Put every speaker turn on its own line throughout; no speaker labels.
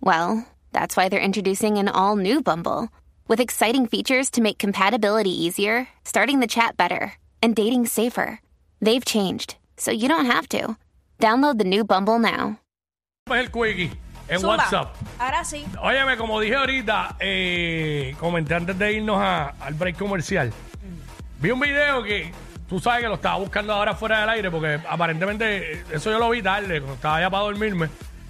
well, that's why they're introducing an all new Bumble with exciting features to make compatibility easier, starting the chat better, and dating safer. They've changed, so you don't have to. Download the new Bumble now.
es el Quickie en
Zumba.
WhatsApp.
Ahora sí.
Óyeme, como dije ahorita, eh, comenté antes de irnos a- al break comercial. Vi un video que tú sabes que lo estaba buscando ahora fuera del aire, porque aparentemente eh, eso yo lo vi tarde, cuando estaba ya para dormirme,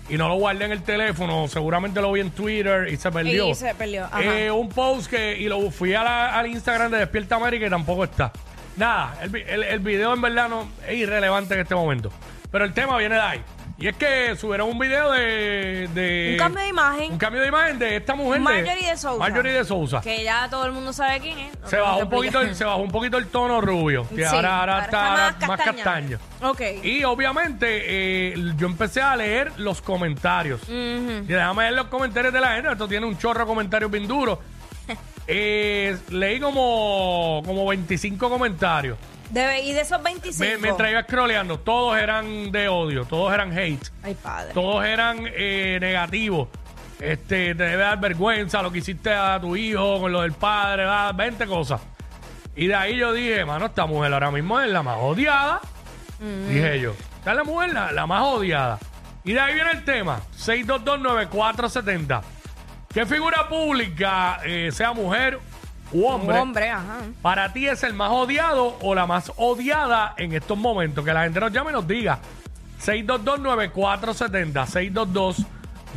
y no lo guardé en el teléfono. Seguramente lo vi en Twitter y se perdió.
Y se perdió, ajá.
Eh, un post que, y lo fui a la- al Instagram de Despierta América y tampoco está. Nada, el, vi- el- el video en verdad no es irrelevante en este momento. Pero el tema viene de ahí. Y es que subieron un video de. de-
Un cambio de imagen.
Un cambio de imagen de esta mujer. de-
Marjorie de Sousa.
Marjorie de Sousa.
Que ya todo el mundo sabe quién es. No
Se
tengo
bajó,
que
un poquito, el-
explicar.
se bajó un poquito el tono rubio. Y
Sí,
ahora, ahora está, ahora más castaño.
Ok.
Y obviamente eh, yo empecé a leer los comentarios. Y déjame ver los comentarios de la gente. Esto tiene un chorro de comentarios bien duros. Eh, leí como, como 25 comentarios.
De- y de esos 25.
Me, mientras iba scrolleando, todos eran de odio, todos eran hate,
Ay, padre.
todos eran eh, negativos. Este, te debe dar vergüenza lo que hiciste a tu hijo con lo del padre, va, 20 cosas. Y de ahí yo dije, mano, esta mujer ahora mismo es la más odiada.
Mm.
Dije yo, esta es la mujer la, la más odiada. Y de ahí viene el tema, 6229470. ¿Qué figura pública, eh, sea mujer u
Un hombre, ajá.
¿Para ti es el más odiado o la más odiada en estos momentos? Que la gente nos llame y nos diga. 622-9470.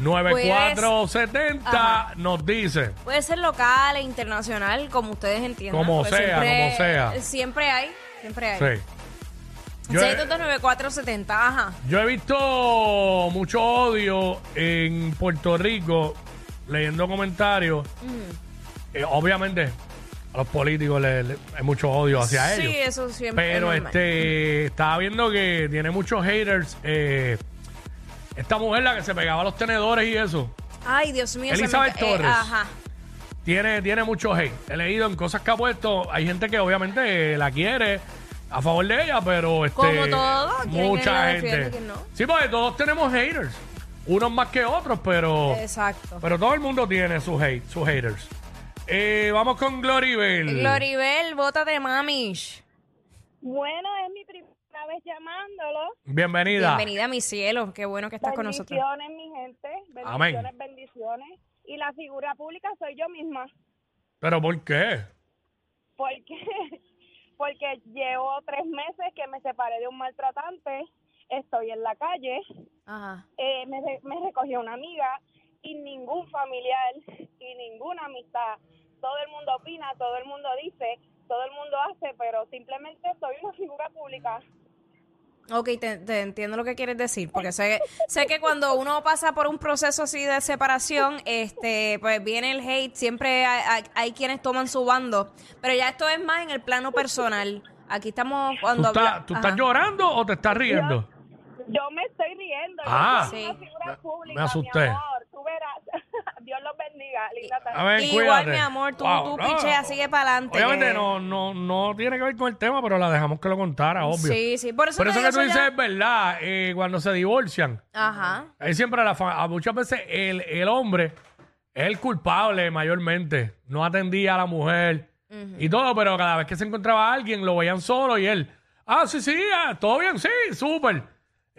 622-9470
Ajá.
nos dice.
Puede ser local e internacional, como ustedes entiendan.
Como
Pues
sea, como sea.
Siempre hay, siempre hay.
Sí. Yo he,
629470, ajá.
yo he visto mucho odio en Puerto Rico leyendo comentarios. Eh, obviamente, a los políticos le- le- hay mucho odio hacia
sí,
ellos.
eso siempre
Pero
es normal.
este, estaba viendo que tiene muchos haters. eh, esta mujer, la que se pegaba a los tenedores y eso,
Ay, Dios mío. se me
Elizabeth
ca- eh,
Torres.
ajá.
tiene, tiene mucho hate. He leído en cosas que ha puesto. Hay gente que obviamente eh, la quiere a favor de ella, pero este,
Como todo, quieren que la
mucha
defienda y
gente.
que no.
Sí, porque todos tenemos haters. Unos más que otros, pero,
Exacto.
pero todo el mundo tiene sus, hate, sus haters. Eh, vamos con Gloribel.
Gloribel, bótate, mamish.
Bueno, es mi primera vez llamándolo.
Bienvenida.
Bienvenida, mi cielo. Qué bueno que estás con nosotros.
Bendiciones, mi gente.
Amén.
Bendiciones, bendiciones. Y la figura pública soy yo misma.
¿Pero por qué?
Porque, porque llevo tres meses que me separé de un maltratante. Estoy en la calle.
Ajá.
Eh, me, re- me recogió una amiga y ningún familiar y ninguna amistad. Todo el mundo opina, todo el mundo dice, todo el mundo hace, pero simplemente soy una figura pública.
Ok, te, te entiendo lo que quieres decir, porque sé, sé que cuando uno pasa por un proceso así de separación, este, pues viene el hate, siempre hay, hay- hay quienes toman su bando, pero ya esto es más en el plano personal. Aquí estamos
¿Tú,
cuando
estás-
habla-
tú estás
Ajá.
llorando o te estás riendo?
Yo me estoy riendo. yo
Ah.
soy
Sí.
una figura
Me-
pública,
me asusté.
Mi amor. Tú verás. Dios los bendiga. Linda tarde.
A ver,
Igual,
cuídate.
mi amor, tú,
Wow,
tú
no.
pichea, sigue para adelante.
Obviamente no, no, no tiene que ver con el tema, pero la dejamos que lo contara, obvio.
Sí, sí, por eso,
Por
te
eso que
digo,
tú dices
ya-
es verdad, eh, cuando se divorcian,
Ajá.
ahí siempre la fa- a muchas veces el, el hombre es el culpable mayormente, no atendía a la mujer y todo, pero cada vez que se encontraba a alguien lo veían solo y él, ah, sí, sí, ah, todo bien, sí, súper,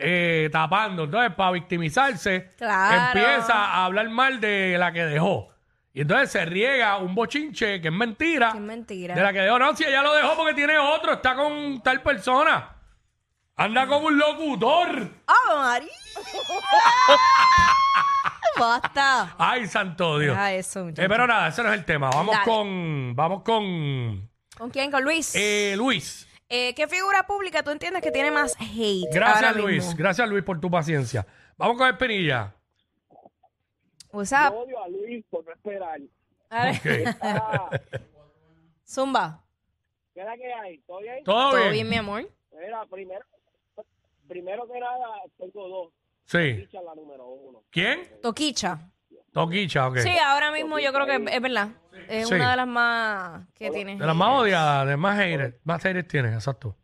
eh, tapando. Entonces, para victimizarse,
Claro.
empieza a hablar mal de la que dejó. Y entonces se riega un bochinche que es mentira.
Qué mentira.
De la que dejó, no, si ella lo dejó porque tiene otro, está con tal persona. Anda con un locutor.
¡Ah, María! ¡Basta!
Ay, santo Dios.
Ah, eso, muchacho.
Eh, pero nada, ese no es el tema. Vamos
Dale.
con. Vamos con.
¿Con quién? ¿Con Luis?
eh, Luis.
Eh, ¿Qué figura pública tú entiendes que tiene más hate?
Gracias,
ahora mismo?
Luis. Gracias, Luis, por tu paciencia. Vamos con Espinilla.
WhatsApp.
Yo odio a Luis por no esperar.
A ver,
Ah,
Zumba.
¿Qué es la que hay? ¿Todo bien?
¿Todo,
¿Todo
bien?
bien, mi amor?
Mira, primero, primero que nada, tengo dos.
Sí.
Ficha la número uno.
¿Quién?
Toquicha.
Toquicha, ok.
Sí, ahora mismo yo creo que es verdad. Es
Sí.
una de las más que tiene.
De las más odiadas, de más haters. Más haters tienes, exacto.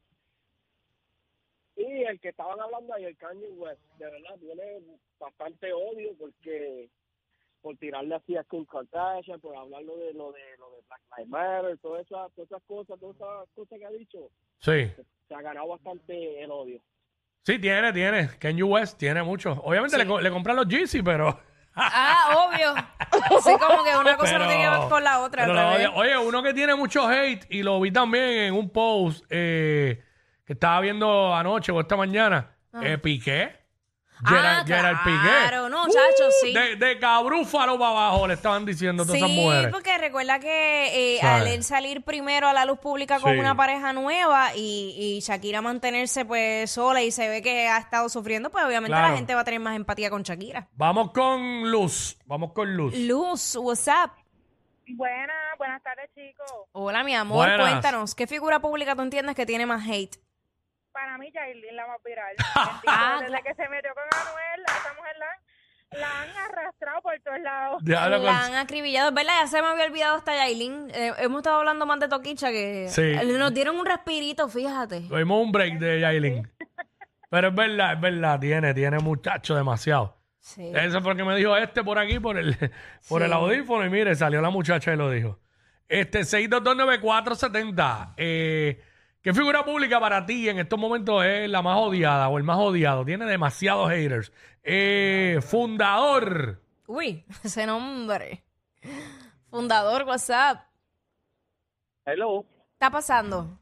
Y el que estaban hablando ayer, Kanye West, de verdad, tiene bastante odio porque por tirarle así a Kim Kardashian, por hablar lo de, lo de, lo de Black Lives Matter, todas esas, todas esas cosas, todas esas cosas que ha dicho,
Sí.
se ha ganado bastante el odio.
Sí, tiene, tiene. Kanye West tiene mucho. Obviamente le, co- le compran los Yeezy, pero.
Ah, obvio. Sí, como que una cosa no tiene que ver con la otra.
pero
al
la
revés.
odia. Oye, uno que tiene mucho hate, y lo vi también en un post eh, que estaba viendo anoche o esta mañana, eh, Piqué.
Ah,
Gerard, Gerard
claro,
Piqué.
no, chacho, sí.
De, de cabrúfalo para abajo le estaban diciendo todas esas
Sí,
mujeres.
porque recuerda que eh,
¿Sabes?
al él salir primero a la luz pública con
Sí.
una pareja nueva y, y Shakira mantenerse pues sola y se ve que ha estado sufriendo, pues obviamente
Claro.
la gente va a tener más empatía con Shakira.
Vamos con Luz. Vamos con Luz.
Luz, WhatsApp.
Buenas, buenas tardes, chicos.
Hola, mi amor,
Buenas.
cuéntanos, ¿qué figura pública tú entiendes que tiene más hate?
Para mí, Yailin la más viral. Bendito, Desde que se metió con Anuel, a esa mujer la, han- la han arrastrado por todos lados.
Diablo, con-
La han acribillado, es verdad, ya se me había olvidado hasta Yailin. Eh, hemos estado hablando más de Toquicha que
Sí. Eh.
nos dieron un respirito, fíjate.
Tuvimos un break de Yailin. Pero es verdad, es verdad, tiene, tiene muchacho demasiado.
Sí.
Eso fue lo que me dijo este por aquí, por el, por el audífono. Y mire, salió la muchacha y lo dijo. Este, 6229470. Eh, ¿Qué figura pública para ti en estos momentos es la más odiada o el más odiado? Tiene demasiados haters. Eh, fundador.
Uy, ese nombre. Fundador WhatsApp.
Hello.
Está pasando.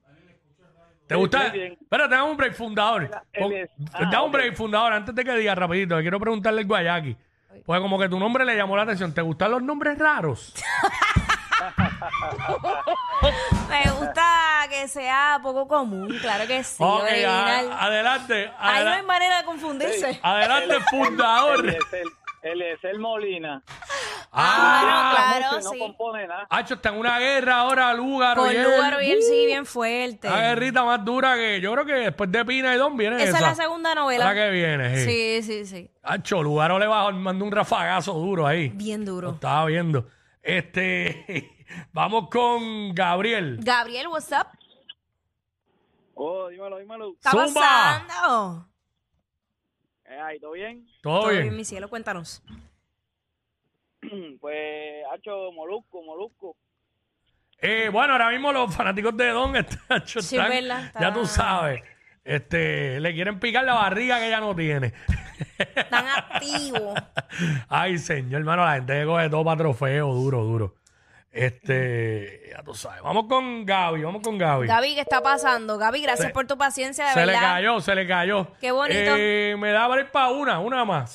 ¿Te
Sí,
gusta?
muy bien.
Espera, dame un break fundador.
él
Pon-
es- ah,
dame un
ok.
break fundador antes de que diga rapidito. Quiero preguntarle el guayaki. Pues como que tu nombre le llamó la atención. ¿Te gustan los nombres raros?
Me gusta que sea poco común, claro que sí.
Ok,
original.
a- adelante.
Ahí no
adela-
hay manera de confundirse.
adelante, fundador.
Él es el Molina.
Ah,
Claro,
no
sí.
compone nada.
Hacho, está en una guerra ahora, Lúgaro.
Con
y él.
Lugaro y él
uh,
sí, bien fuerte.
Una guerrita más dura que yo creo que después de Pina y Don viene.
Esa
Esa,
es la segunda novela.
La que viene, sí.
Sí, sí, sí.
Hacho, Lugaro le bajó, mandó un rafagazo duro ahí.
Bien
Lo
duro.
estaba viendo. Este, vamos con Gabriel.
Gabriel, WhatsApp.
Oh, dímelo, dímelo.
Está
Zumba.
pasando.
Eh, ay, ¿todo bien?
Todo bien.
mi cielo, cuéntanos.
Pues, Hacho, Molusco, Molusco.
Eh, bueno, ahora mismo los fanáticos de Don están,
Sí,
están-
verdad, está-
ya tú sabes, este, le quieren picar la barriga que ella no tiene.
Tan activo.
Ay, señor, hermano, la gente coge todo para trofeo, duro, duro. Este, ya tú sabes. Vamos con Gaby, vamos con Gaby.
Gaby, ¿qué está pasando? Gaby, gracias por tu paciencia, de
se le
verdad.
cayó, se le cayó.
Qué bonito.
Eh, me da break para una, una más.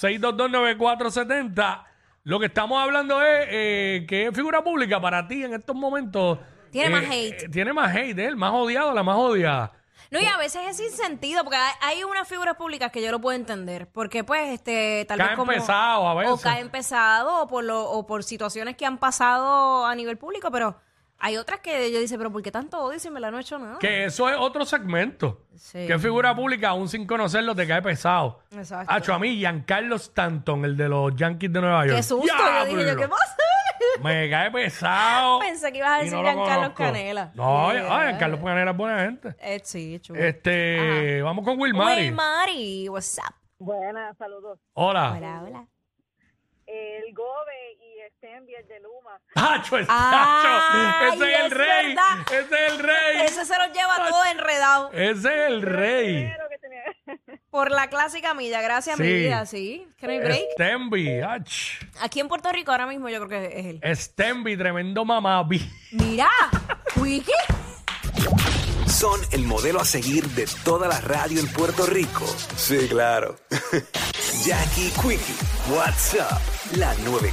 6229470. Lo que estamos hablando es eh, que figura pública para ti en estos momentos.
Tiene
eh,
más hate.
eh, tiene más hate, eh, el más odiado, la más odiada.
No, y
Pues
a veces es sin sentido, porque hay- hay unas figuras públicas que yo lo puedo entender, porque pues, este, tal
Caen
vez como...
pesados a veces.
O caen pesados, o por, lo, o por situaciones que han pasado a nivel público, pero hay otras que yo dice, pero ¿por qué tanto odio si me la no he hecho nada?
Que eso es otro segmento.
Ah. Sí.
Que figura pública, aún sin conocerlo, te cae pesado.
Exacto.
Hacho, a mí, Giancarlo Stanton, el de los Yankees de Nueva York.
Qué susto, yo dije yo,
¡Diablo!
¿qué pasa?
Me cae pesado.
Pensé que ibas a
y
decir
lo
Giancarlo
conozco.
Canela.
No,
Yeah.
ah, Giancarlo Canela es buena gente.
Eh, sí, chulo.
Este, vamos con Will Mari.
Uy, Mari, what's up?
Buenas, saludos.
Hola.
Hola, hola.
El Gobe y Stenby, el de Luma.
Hacho, es-
Ah, Ay,
Hacho, ese es el
es
rey.
verdad.
Ese es el rey.
Ese se los lleva todo enredado
Ese es el rey.
Pero que tenía...
por la clásica milla. Gracias, mi
Sí.
vida, sí. Que no hay break.
Stenby, ach.
Aquí en Puerto Rico ahora mismo yo creo que es él.
Stenby, tremendo mamabi.
Mira, Wiki.
Son el modelo a seguir de toda la radio en Puerto Rico. Sí, claro. Jackie Quickie, WhatsApp, la 94.